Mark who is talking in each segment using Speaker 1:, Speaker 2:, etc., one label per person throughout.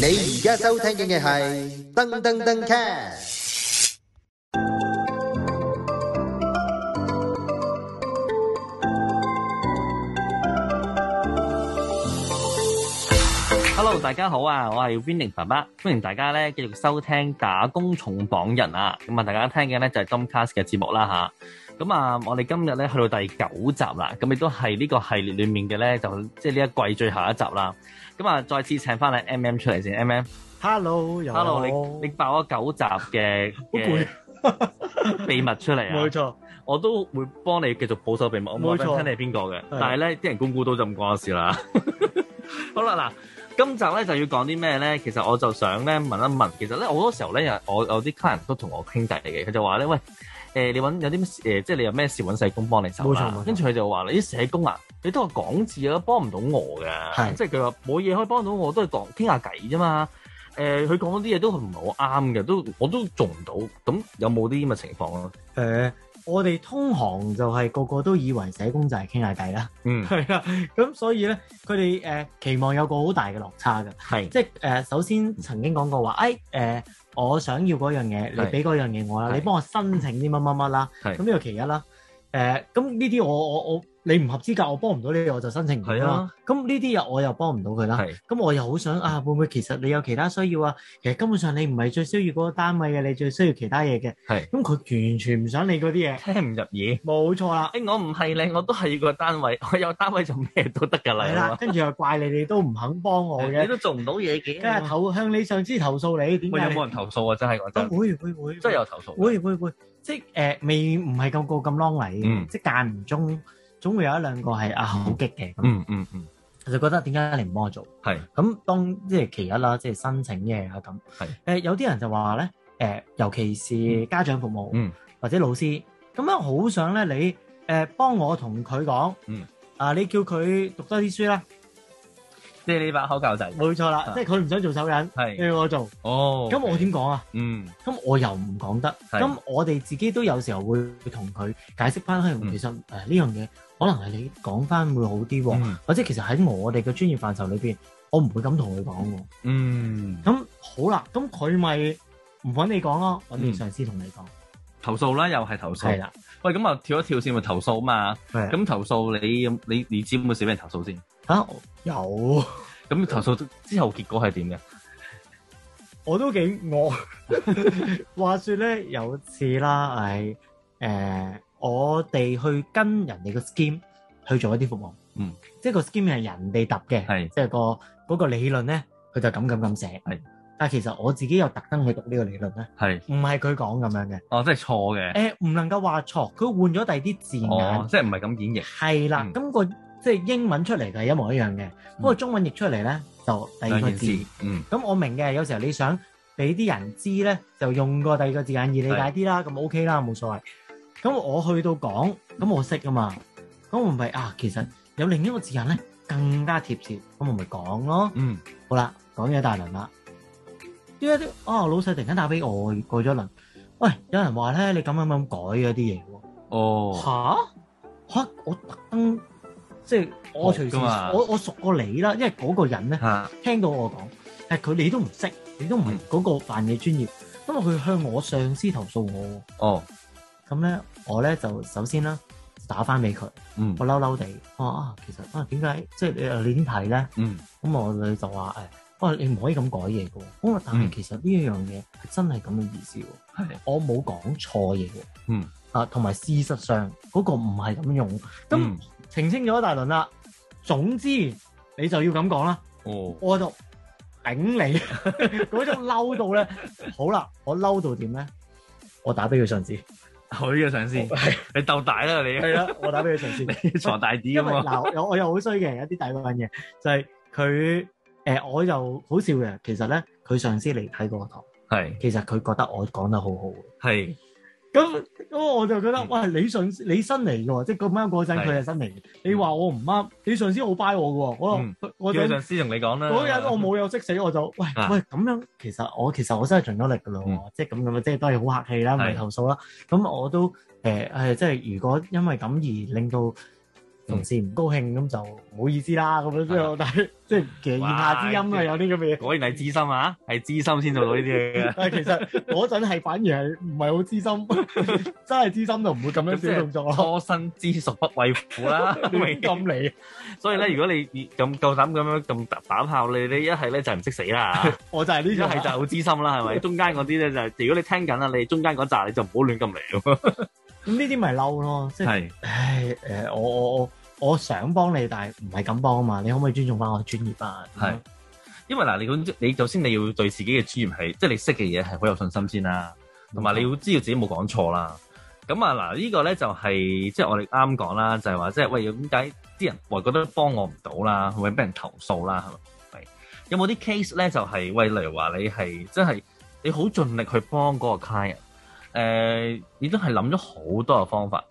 Speaker 1: 你而家收聽嘅係噔噔噔 cast。
Speaker 2: Hello，大家好啊，我係 Winning 爸爸，歡迎大家咧繼續收聽打工重磅人啊，咁啊大家聽嘅咧就係 Domcast 嘅節目啦吓，咁啊我哋今日咧去到第九集啦，咁亦都係呢個系列裏面嘅咧就即係呢一季最後一集啦，咁啊再次請翻你 M M 出嚟先，M M，Hello
Speaker 3: Hello，又
Speaker 2: 你你爆咗九集嘅嘅秘密出嚟啊，
Speaker 3: 冇錯，
Speaker 2: 我都會幫你繼續保守秘密，我冇
Speaker 3: 冇錯
Speaker 2: 想聽你係邊個嘅，
Speaker 3: 係
Speaker 2: 但係咧啲人估唔估到就唔關我事啦。 好啦，嗱，今集咧就要講啲咩咧？其實我就想咧問一問，其實咧我好多時候咧，有我有啲客人都同我傾偈嚟嘅，佢就話咧，喂，誒、你揾有啲咩事誒、即係你有咩事揾社工幫你手
Speaker 3: 冇錯
Speaker 2: 啦
Speaker 3: 冇。錯
Speaker 2: 跟住佢就話你啲社工啊，你都係講字啊，幫唔到我嘅，
Speaker 3: 係
Speaker 2: 即係佢話冇嘢可以幫到我，都係講傾下偈啫嘛。誒，佢講嗰啲嘢都唔係好啱嘅，都我都做唔到。咁有冇啲咁嘅情況啊？
Speaker 3: 誒、我哋通行就係個個都以為社工就係傾下偈 啦，
Speaker 2: 嗯，
Speaker 3: 係啦，咁所以咧，佢哋誒期望有個好大嘅落差㗎，
Speaker 2: 係。
Speaker 3: 即係誒、首先曾經講過話，誒、誒、我想要嗰樣嘢，
Speaker 2: 係
Speaker 3: 你俾嗰樣嘢我啦，
Speaker 2: 係
Speaker 3: 你幫我申請啲乜乜乜啦，
Speaker 2: 係
Speaker 3: 咁呢個其一啦，誒咁呢啲我我我你唔合資格，我幫唔到你，我就申請唔到
Speaker 2: 係啊
Speaker 3: 啦，咁呢啲又我又幫唔到佢啦。
Speaker 2: 係
Speaker 3: 咁我又好想啊，會唔會其實你有其他需要啊？其實根本上你唔係最需要嗰個單位嘅，你最需要其他嘢嘅。
Speaker 2: 係
Speaker 3: 咁佢完全唔想理嗰啲嘢，
Speaker 2: 聽唔入耳。
Speaker 3: 冇錯啦。
Speaker 2: 誒、哎我唔係咧，我都係個單位， 我有單位就咩都得㗎啦。
Speaker 3: 係啦，跟住又怪你哋都唔肯幫我
Speaker 2: 咁啊，你
Speaker 3: 嘅，
Speaker 2: 都做唔到嘢嘅。
Speaker 3: 跟住投向你上司投訴你，點
Speaker 2: 喂，有
Speaker 3: 解
Speaker 2: 冇
Speaker 3: 你
Speaker 2: 人投訴啊？真係講
Speaker 3: 啊
Speaker 2: 真，
Speaker 3: 會會會
Speaker 2: 真係有投訴。
Speaker 3: 會會會，即係誒未唔係咁個咁 long 嚟
Speaker 2: 嗯
Speaker 3: 嘅，即係間唔中總會有一兩個係啊好激嘅咁，
Speaker 2: 嗯嗯嗯，
Speaker 3: 就覺得點解你唔幫我做？
Speaker 2: 係
Speaker 3: 咁當即係其一啦，即係申請嘢啊咁。
Speaker 2: 係
Speaker 3: 誒、有啲人就話咧，誒、尤其是家長服務，
Speaker 2: 嗯
Speaker 3: 或者老師，咁樣好想咧你誒、幫我同佢講，
Speaker 2: 嗯
Speaker 3: 啊你叫佢讀多啲書啦，
Speaker 2: 即係你把口教仔。
Speaker 3: 冇錯啦
Speaker 2: 啊，
Speaker 3: 即係佢唔想做手引，你
Speaker 2: 係
Speaker 3: 要我做，
Speaker 2: 哦。
Speaker 3: 嗯咁我點講啊？
Speaker 2: 嗯
Speaker 3: 咁我又唔講得，
Speaker 2: 係
Speaker 3: 咁我哋自己都有時候會同佢解釋翻，
Speaker 2: 嗯
Speaker 3: 係其實誒呢樣嘢可能係你講翻會好啲喎，
Speaker 2: 嗯
Speaker 3: 或者其實喺我哋嘅專業範疇裏邊，我唔會咁同佢講喎。
Speaker 2: 嗯，
Speaker 3: 咁好啦，咁佢咪唔揾你講咯，揾
Speaker 2: 嗯
Speaker 3: 你上司同你講，
Speaker 2: 投訴啦，又係投訴。
Speaker 3: 係。啦，
Speaker 2: 喂，咁啊，跳一跳先，咪投訴嘛。
Speaker 3: 係
Speaker 2: 咁投訴你有你你知唔會寫俾人投訴先？
Speaker 3: 嚇啊有，
Speaker 2: 咁投訴之後結果係點嘅？
Speaker 3: 我都幾惡。 話說咧，有次啦，係誒、我哋去跟人哋個 scheme 去做一啲服務，
Speaker 2: 嗯，
Speaker 3: 即係個 scheme 係人哋揼嘅，
Speaker 2: 係
Speaker 3: 即係個嗰、個理論咧，佢就咁咁咁寫，
Speaker 2: 係。
Speaker 3: 但係其實我自己有特登去讀呢個理論咧，
Speaker 2: 係
Speaker 3: 唔係佢講咁樣嘅，誒、
Speaker 2: 哦，即係錯嘅。
Speaker 3: 唔能夠話錯，佢換咗第二啲字眼。
Speaker 2: 哦，即係唔係咁演繹。
Speaker 3: 係啦
Speaker 2: 嗯，
Speaker 3: 咁、個即係英文出嚟嘅係一模一樣嘅，不過中文譯出嚟咧就第二
Speaker 2: 兩
Speaker 3: 個
Speaker 2: 件
Speaker 3: 字。
Speaker 2: 事。嗯
Speaker 3: 咁我明嘅，有時候你想俾啲人知咧，就用個第二個字眼易理解啲啦，咁 OK 啦，冇所謂。咁我去到講，咁我識啊嘛，咁我咪啊，其實有另一個字眼咧更加貼切，咁我咪講咯。
Speaker 2: 嗯
Speaker 3: 好啦，講嘢大輪啦。點解啲哦老細突然間打俾我，過咗一輪，喂，有人話咧你咁樣咁改咗啲嘢喎。
Speaker 2: 哦。
Speaker 3: 吓吓，我特登即係我哦隨
Speaker 2: 學㗎嘛
Speaker 3: 時我我熟過你啦，因為嗰個人咧
Speaker 2: 啊嚇
Speaker 3: 聽到我講，但係佢你都唔識，你都唔
Speaker 2: 嗯
Speaker 3: 係嗰個範嘅專業，咁啊佢向我上司投訴我，
Speaker 2: 哦。
Speaker 3: 咁咧我咧就首先啦打翻俾佢，
Speaker 2: 嗯
Speaker 3: 我嬲嬲地，我話啊其實啊點解即係你啊你點睇咧？
Speaker 2: 嗯。
Speaker 3: 咁我哋就話誒。哇！你唔可以咁改嘢嘅喎，咁啊但
Speaker 2: 嗯
Speaker 3: 係其實呢一樣嘢係真係咁嘅意思喎，
Speaker 2: 係。
Speaker 3: 我冇講錯嘢喎。
Speaker 2: 嗯。
Speaker 3: 啊，同埋事實上嗰、個唔係咁用，咁、
Speaker 2: 嗯
Speaker 3: 澄清咗一大輪啦。總之你就要咁講啦，
Speaker 2: 哦。
Speaker 3: 我就頂你 嗰種嬲到咧。好啦，我嬲到點咧？我打俾佢上司，
Speaker 2: 佢嘅上司，你鬥大啦你，
Speaker 3: 哦係啦，我打俾佢上司。
Speaker 2: 你坐大啲
Speaker 3: 因
Speaker 2: 啊嘛，
Speaker 3: 為嗱，我我又好衰嘅，有啲大嗰樣嘢就係佢誒，我又好笑嘅。其實咧，佢上司嚟睇嗰個堂，
Speaker 2: 係
Speaker 3: 其實佢覺得我講得好好。
Speaker 2: 係
Speaker 3: 咁咁我就覺得，
Speaker 2: 嗯
Speaker 3: 喂，你上司你新嚟嘅喎，即係咁啱嗰陣
Speaker 2: 係
Speaker 3: 佢係新嚟嘅。你話我唔啱，你上司好 buy 我嘅喎，我
Speaker 2: 嗯
Speaker 3: 話我
Speaker 2: 叫
Speaker 3: 嗰
Speaker 2: 上司同你講啦，
Speaker 3: 嗰日我冇有識死，我就喂
Speaker 2: 啊
Speaker 3: 喂咁樣，其實我其實我真係盡咗力嘅
Speaker 2: 嗯
Speaker 3: 咯，即係咁咁，即係都係好客氣啦，唔
Speaker 2: 係
Speaker 3: 係投訴啦。咁我都誒誒，即係如果因為咁而令到同事唔高興，咁就唔好意思啦，咁樣即係我睇，即係其實言下之音
Speaker 2: 哇
Speaker 3: 啊，有啲咁嘅嘢。
Speaker 2: 果然係資深啊，係資深先做到呢啲嘢嘅。
Speaker 3: 但係其實嗰陣係反而係唔係好資深， 真係資深就唔會咁樣小動 作咯，
Speaker 2: 初生之熟不畏虎 啦，
Speaker 3: 亂咁嚟。
Speaker 2: 所以咧，如果你咁夠膽咁樣咁打炮，你你一係咧就唔識死 啦，
Speaker 3: 我就係呢
Speaker 2: 一
Speaker 3: 種
Speaker 2: 係就好資深啦，係 咪？中間嗰啲咧就係，如果你聽緊啊，你中間嗰扎你就唔好亂咁嚟。
Speaker 3: 咁呢啲咪嬲咯，即係
Speaker 2: 係
Speaker 3: 唉呃誒，我我我我想幫你，但係唔係咁幫啊嘛，你可唔可以尊重翻我專業啊？
Speaker 2: 係因為嗱，你咁你首先你要對自己嘅專業係，即係你識嘅嘢係好有信心先啦，同埋你要知道自己冇講錯啦。咁啊嗱，呢個咧就係即係我哋啱講啦，就係話即係喂點解啲人話覺得幫我唔到啦，會俾人投訴啦，係咪？有冇啲 case 咧就係、喂，例如話你係真係你好盡力去幫嗰個 client，誒、你都係諗咗好多嘅方法，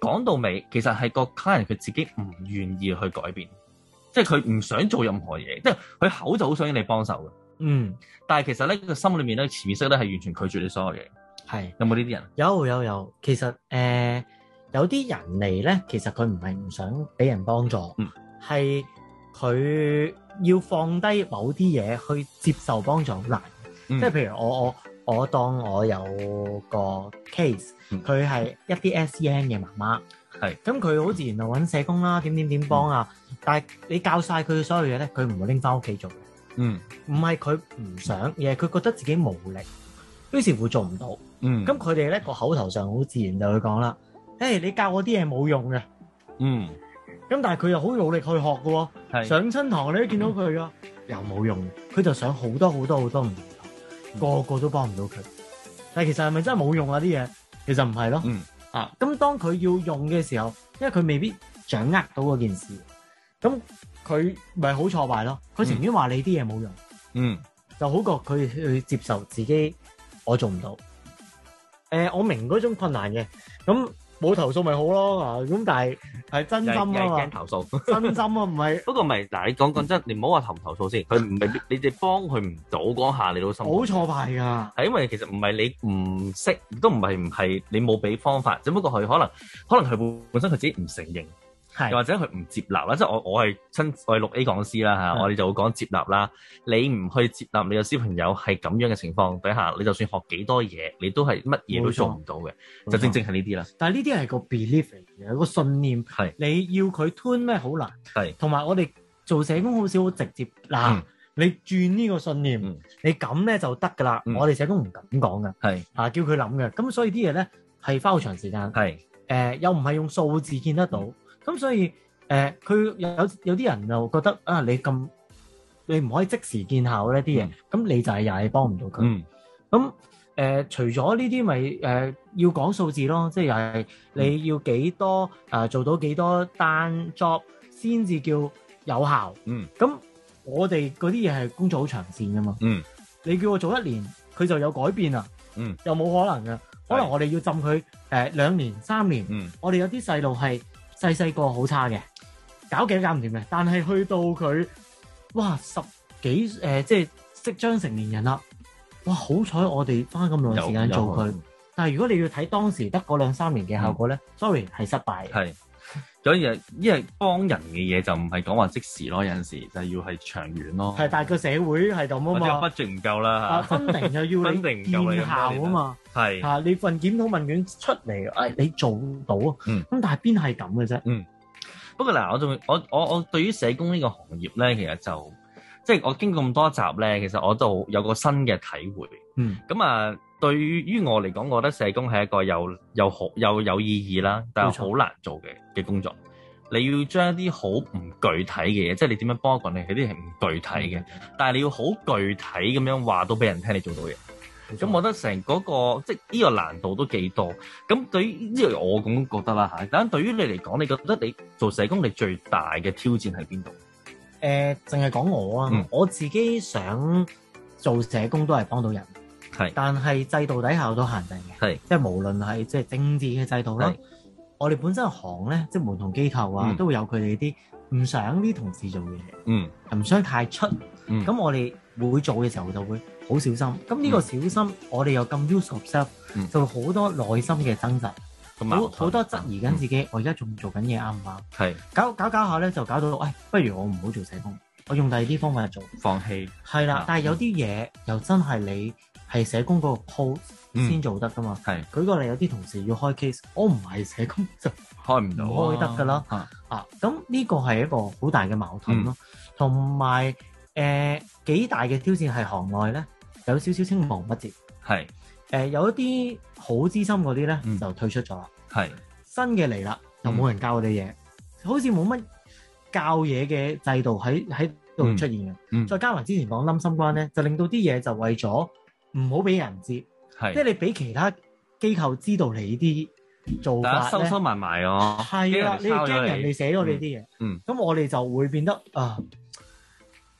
Speaker 2: 講到尾其實係個 client 佢自己唔願意去改變，即係佢唔想做任何嘢，即係佢口就好想你幫手嘅，
Speaker 3: 嗯，
Speaker 2: 但係其實咧個心裏面咧潛意識咧係完全拒絕你所有嘢，
Speaker 3: 係。
Speaker 2: 有冇呢啲人？
Speaker 3: 有有有，其實誒、呃有啲人嚟咧，其實佢唔係唔想俾人幫助
Speaker 2: 嗯，
Speaker 3: 係佢、要放低某啲嘢去接受幫助好難。
Speaker 2: 嗯
Speaker 3: 即係譬如我我我當我有個 case，
Speaker 2: 嗯
Speaker 3: 佢係一啲 SEN 嘅媽媽，
Speaker 2: 係
Speaker 3: 咁佢好自然就揾社工啦，點點點幫啊。但係你教晒佢所有嘢咧，佢唔會拎翻屋企做嘅。
Speaker 2: 嗯
Speaker 3: 唔係佢唔想，而係佢覺得自己無力，於是乎做唔到。
Speaker 2: 嗯
Speaker 3: 咁佢哋咧個口頭上好自然就會講啦，誒、你教我啲嘢冇用嘅，咁
Speaker 2: 嗯
Speaker 3: 但係佢又好努力去學嘅喎，
Speaker 2: 係嗯
Speaker 3: 上親堂你都見到佢噶，又冇用嘅，佢就想好多好多好多唔同堂，個個都幫唔到佢。但係其實係咪真係冇用啊啲嘢？其實唔係咯。
Speaker 2: 嗯
Speaker 3: 啊，咁當佢要用嘅時候，因為佢未必掌握到嗰件事，咁佢咪好挫敗咯。佢情願話你啲嘢冇用，
Speaker 2: 嗯。
Speaker 3: 就好過佢去接受自己我做唔到。誒、我明嗰種困難嘅，咁冇投訴咪好咯啊！咁但係係真
Speaker 2: 又
Speaker 3: 心啊
Speaker 2: 係又係驚
Speaker 3: 嘛，
Speaker 2: 投訴。
Speaker 3: 真心啊，唔係
Speaker 2: 不過咪嗱，你講講真，你唔好話投唔投訴先，佢唔係你哋幫佢唔到嗰下，你都心
Speaker 3: 好挫敗㗎。
Speaker 2: 係因為其實唔係你唔識，都唔係唔係你冇俾方法，只不過佢可能可能佢本身佢自己唔承認，又
Speaker 3: 係
Speaker 2: 或者佢唔接納啦。即係我我係親我係六 A 講師啦嚇，
Speaker 3: 嗯
Speaker 2: 我哋就會講接納啦。你唔去接納你嘅小朋友係咁樣嘅情況底下，你就算學幾多嘢，你都係乜嘢都做唔到嘅，就正，正係呢啲啦。
Speaker 3: 但係呢啲係個 belief 嚟嘅，個信念。
Speaker 2: 係
Speaker 3: 你要佢 turn 咩好難。
Speaker 2: 係
Speaker 3: 同埋我哋做社工好少好直接嗱。
Speaker 2: 嗯
Speaker 3: 你轉呢個信念，
Speaker 2: 嗯
Speaker 3: 你咁咧就得㗎啦。
Speaker 2: 嗯
Speaker 3: 我哋社工唔敢講㗎，
Speaker 2: 係
Speaker 3: 啊叫佢諗嘅。咁所以啲嘢咧係花好長時間。
Speaker 2: 係
Speaker 3: 誒、呃又唔係用數字見得到，咁、所以誒佢、有有啲人就覺得啊，你咁你唔可以即時見效呢啲嘢，咁、你就係又係幫唔到佢。咁誒、
Speaker 2: 嗯
Speaker 3: 除咗呢啲咪呃誒要講數字咯，即係又係
Speaker 2: 嗯
Speaker 3: 你要幾多誒、啊做到幾多單 job 先至叫有效。
Speaker 2: 嗯，
Speaker 3: 咁我哋嗰啲嘢係工作好長線噶嘛。
Speaker 2: 嗯，
Speaker 3: 你叫我做一年，佢就有改變啊。
Speaker 2: 嗯，
Speaker 3: 又冇可能嘅，可能
Speaker 2: 係
Speaker 3: 我哋要浸佢誒兩年三年。
Speaker 2: 嗯
Speaker 3: 我哋有啲細路係細細個好差嘅，搞幾都搞唔掂嘅，但係去到佢哇十幾誒、呃即係即將成年人啦，哇！好彩我哋花咁耐時間做佢，但係如果你要睇當時得嗰兩三年嘅效果咧、s o r r y 係失敗嘅，
Speaker 2: 係，有啲嘢，因為幫人嘅嘢就唔係講話即時咯，有陣時就係要係長遠咯。
Speaker 3: 係但係個社會係咁
Speaker 2: 或
Speaker 3: 啊
Speaker 2: 者
Speaker 3: 嘛，
Speaker 2: budget 唔夠
Speaker 3: 啊
Speaker 2: 啦
Speaker 3: 分定又要你
Speaker 2: 分定唔夠你
Speaker 3: 見效 啊嘛，
Speaker 2: 嚇，係
Speaker 3: 嚇、你份檢討問卷出嚟，誒、你做到啊，咁、
Speaker 2: 嗯
Speaker 3: 但係邊係咁嘅啫？
Speaker 2: 不過嗱，我仲我我我對於社工呢個行業咧，其實就即係我經過咁多集咧，其實我就有個新嘅體會。
Speaker 3: 嗯，
Speaker 2: 咁啊，對於我嚟講，我覺得社工係一個又又好又有意義啦，但
Speaker 3: 冇錯
Speaker 2: 係好難做嘅嘅工作。你要將一啲好唔具體嘅嘢，即係你點樣幫一個人，佢啲係唔具體嘅，但係你要好具體咁樣話到俾人聽，你做到嘢。
Speaker 3: 嗯
Speaker 2: 咁我覺得成嗰、個即係呢個難度都幾多。咁對於呢個我咁覺得啦嚇，但對於你嚟講，你覺得你做社工你最大嘅挑戰喺邊度？
Speaker 3: 誒，呃淨係講我啊，
Speaker 2: 嗯
Speaker 3: 我自己想做社工都係幫到人，
Speaker 2: 係
Speaker 3: 但係制度底下有好多限制嘅，
Speaker 2: 係
Speaker 3: 即係無論係即係政治嘅制度啦
Speaker 2: 係，
Speaker 3: 我哋本身行咧，即係門同機構啊，
Speaker 2: 嗯
Speaker 3: 都會有佢哋啲唔想啲同事做嘅嘢，
Speaker 2: 嗯
Speaker 3: 唔想太出，咁、
Speaker 2: 嗯
Speaker 3: 我哋會做嘅時候就會好小心，咁呢個小心，我哋又咁 use of self，
Speaker 2: 嗯
Speaker 3: 就會好多內心嘅掙扎，
Speaker 2: 咁矛
Speaker 3: 好
Speaker 2: 盾嗯
Speaker 3: 好多質疑緊自己，我而家仲做緊嘢啱唔啱？
Speaker 2: 係
Speaker 3: 搞搞搞下咧，就搞到，喂，不如我唔好做社工，我用第二啲方法做。
Speaker 2: 放棄，
Speaker 3: 係啦
Speaker 2: 嗯，
Speaker 3: 但係有啲嘢又真係你係社工嗰個 post 先做得噶嘛。
Speaker 2: 嗯係
Speaker 3: 舉個例，有啲同事要開 case，我唔係社工就
Speaker 2: 開唔到啊
Speaker 3: 唔開得㗎啦
Speaker 2: 嚇
Speaker 3: 啊，咁呢個係一個好大嘅矛盾
Speaker 2: 嗯
Speaker 3: 咯。同埋誒幾大嘅挑戰係行內咧，有少少青黃不接。誒、呃
Speaker 2: 係
Speaker 3: 有一啲好資深嗰啲咧
Speaker 2: 嗯
Speaker 3: 就退出咗啦，
Speaker 2: 係
Speaker 3: 新嘅嚟啦就冇人教我哋嘢，好似冇乜教嘢嘅制度喺喺度出現嘅。
Speaker 2: 嗯
Speaker 3: 再加埋之前講冧心關咧，就令到啲嘢就為咗唔好俾人知，即係
Speaker 2: 係，
Speaker 3: 你俾其他機構知道你啲做
Speaker 2: 大
Speaker 3: 法
Speaker 2: 家收
Speaker 3: 咧
Speaker 2: 收埋埋哦，
Speaker 3: 係啊啦，你
Speaker 2: 驚人哋抄咗
Speaker 3: 驚人哋寫咗你啲嘢，
Speaker 2: 嗯，
Speaker 3: 咁我哋就會變得啊，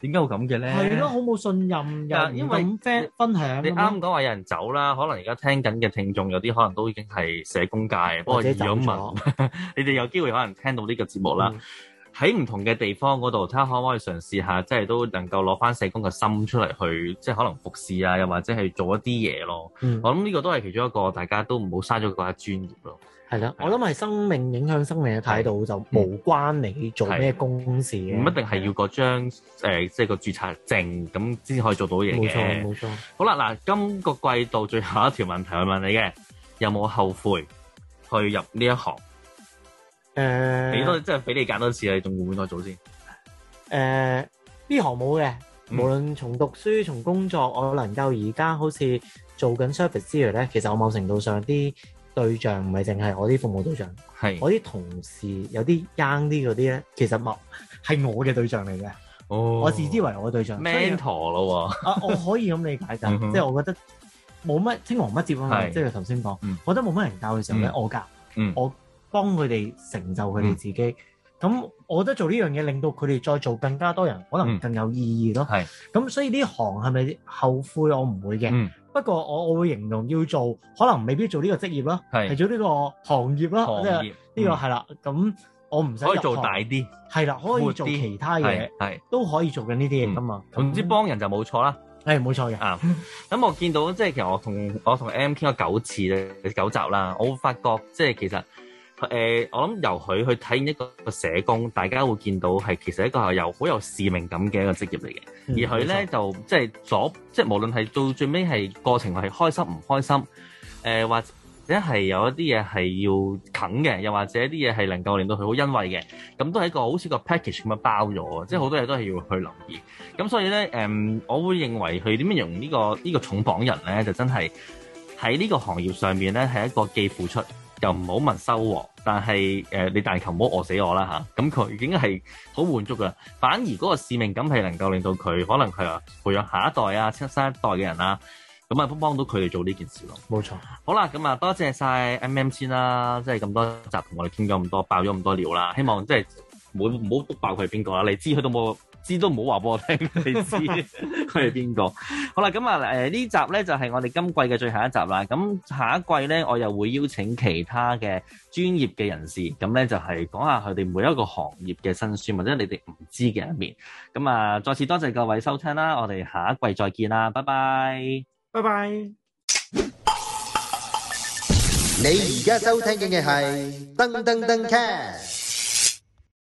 Speaker 2: 點解會咁嘅咧？
Speaker 3: 係咯，好冇信任，又
Speaker 2: 但因
Speaker 3: 唔
Speaker 2: 為
Speaker 3: 敢 friend 分享，
Speaker 2: 你啱講話有人走啦，可能而家聽緊嘅聽眾有啲可能都已經係社工界，不過
Speaker 3: 或者
Speaker 2: 如
Speaker 3: 走
Speaker 2: 果問
Speaker 3: 咗，
Speaker 2: 你哋有機會可能聽到呢個節目啦。喺唔同嘅地方嗰度，睇下可唔可以嘗試下，即係都能夠攞翻社工嘅心出嚟去，即係可能服侍啊，又或者係做一啲嘢咯。
Speaker 3: 嗯，
Speaker 2: 我諗呢個都係其中一個大家都唔好嘥咗嗰一專業咯。
Speaker 3: 係啦，
Speaker 2: 係啊
Speaker 3: 我諗係生命影響生命嘅態度就無關你做咩公事
Speaker 2: 嗯唔
Speaker 3: 嘅，
Speaker 2: 一定係要嗰張誒，即係個註冊證咁先可以做到嘢
Speaker 3: 冇錯
Speaker 2: 嘅。
Speaker 3: 冇錯，
Speaker 2: 好啦，嗱，今個季度最後一條問題我問你嘅，有冇後悔去入呢一行？俾多
Speaker 3: 誒
Speaker 2: 即係俾你揀多次，你仲會唔會再做先？
Speaker 3: 誒呢行冇嘅。
Speaker 2: 嗯
Speaker 3: 無論從讀書、從工作，我能夠而家好似做緊 service 之餘咧，其實我某程度上啲對象唔係淨係我啲服務對象，
Speaker 2: 係
Speaker 3: 我啲同事有啲 young 啲嗰啲咧，其實冇係我嘅對象嚟嘅，
Speaker 2: 哦
Speaker 3: 我視之為我對象。所以
Speaker 2: mentor 咯
Speaker 3: 啊，我可以咁理解
Speaker 2: 嗯
Speaker 3: 㗎，
Speaker 2: 哼
Speaker 3: 即係我覺得冇乜青黃不接啊嘛，
Speaker 2: 係
Speaker 3: 即係頭先講
Speaker 2: 嗯，
Speaker 3: 我覺得冇乜人教嘅時候咧
Speaker 2: 嗯，
Speaker 3: 我教
Speaker 2: 嗯，
Speaker 3: 我幫佢哋成就佢哋自己。咁我覺得做呢樣嘢令到佢哋再做更加多人，可能
Speaker 2: 嗯
Speaker 3: 更有意義咯
Speaker 2: 喎，。係
Speaker 3: 咁所以呢行係咪後悔？我唔會嘅。
Speaker 2: 嗯
Speaker 3: 不過我我會形容要做，可能未必做呢個職業啦，
Speaker 2: 係
Speaker 3: 係做呢個行業啦，
Speaker 2: 行
Speaker 3: 即係
Speaker 2: 業
Speaker 3: 呢個
Speaker 2: 嗯
Speaker 3: 係啦。咁我唔使
Speaker 2: 可以
Speaker 3: 入
Speaker 2: 做
Speaker 3: 行
Speaker 2: 大，啲，
Speaker 3: 係啦，可以做
Speaker 2: 闊啲
Speaker 3: 其他嘢
Speaker 2: 係，係
Speaker 3: 都可以做緊呢啲嘢噶嘛。
Speaker 2: 總之幫人就冇錯啦。
Speaker 3: 係冇錯嘅，
Speaker 2: 啊，咁我見到即係其實我同我同 M 傾咗九次咧九集啦，我會發覺即係其實誒、呃我諗由佢去體驗一個社工，大家會見到係其實一個係有好有使命感嘅一個職業嚟嘅。
Speaker 3: 而
Speaker 2: 而佢咧就即係所即係無論係到最尾係過程係開心唔開心，誒、或者係有一啲嘢係要啃嘅，又或者一啲嘢係能夠令到佢好欣慰嘅，咁都係一個好似個 package 咁樣包咗，即係好多嘢都係要去留意。咁所以咧誒、我會認為佢點樣用呢、個呢、個重磅人咧，就真係喺呢個行業上面咧係一個既付出。又唔好問收穫，但係誒、呃你但求唔好餓死我啦吓，咁佢已經係好滿足噶啦。反而嗰個使命感係能夠令到佢可能係話培養下一代啊、新生一代嘅人啦、咁啊幫幫到佢哋做呢件事咯。
Speaker 3: 冇錯。
Speaker 2: 好啦，咁啊多謝晒 M M 先啦，即係咁多集同我哋傾咗咁多，爆咗咁多料啦，希望即係唔好唔好篤爆佢係邊個啊啦，你知佢都冇。知都唔好話俾我聽， 你知佢係邊個？好啦，咁啊誒呢集咧就係、我哋今季嘅最後一集啦。咁下一季咧，我又會邀請其他嘅專業嘅人士，咁咧就係、講下佢哋每一個行業嘅辛酸，或者你哋唔知嘅一面。咁啊，再次多謝各位收聽啦，我哋下一季再見啦，拜拜。
Speaker 3: 拜拜。
Speaker 1: 你而家收聽嘅係噔噔噔 c a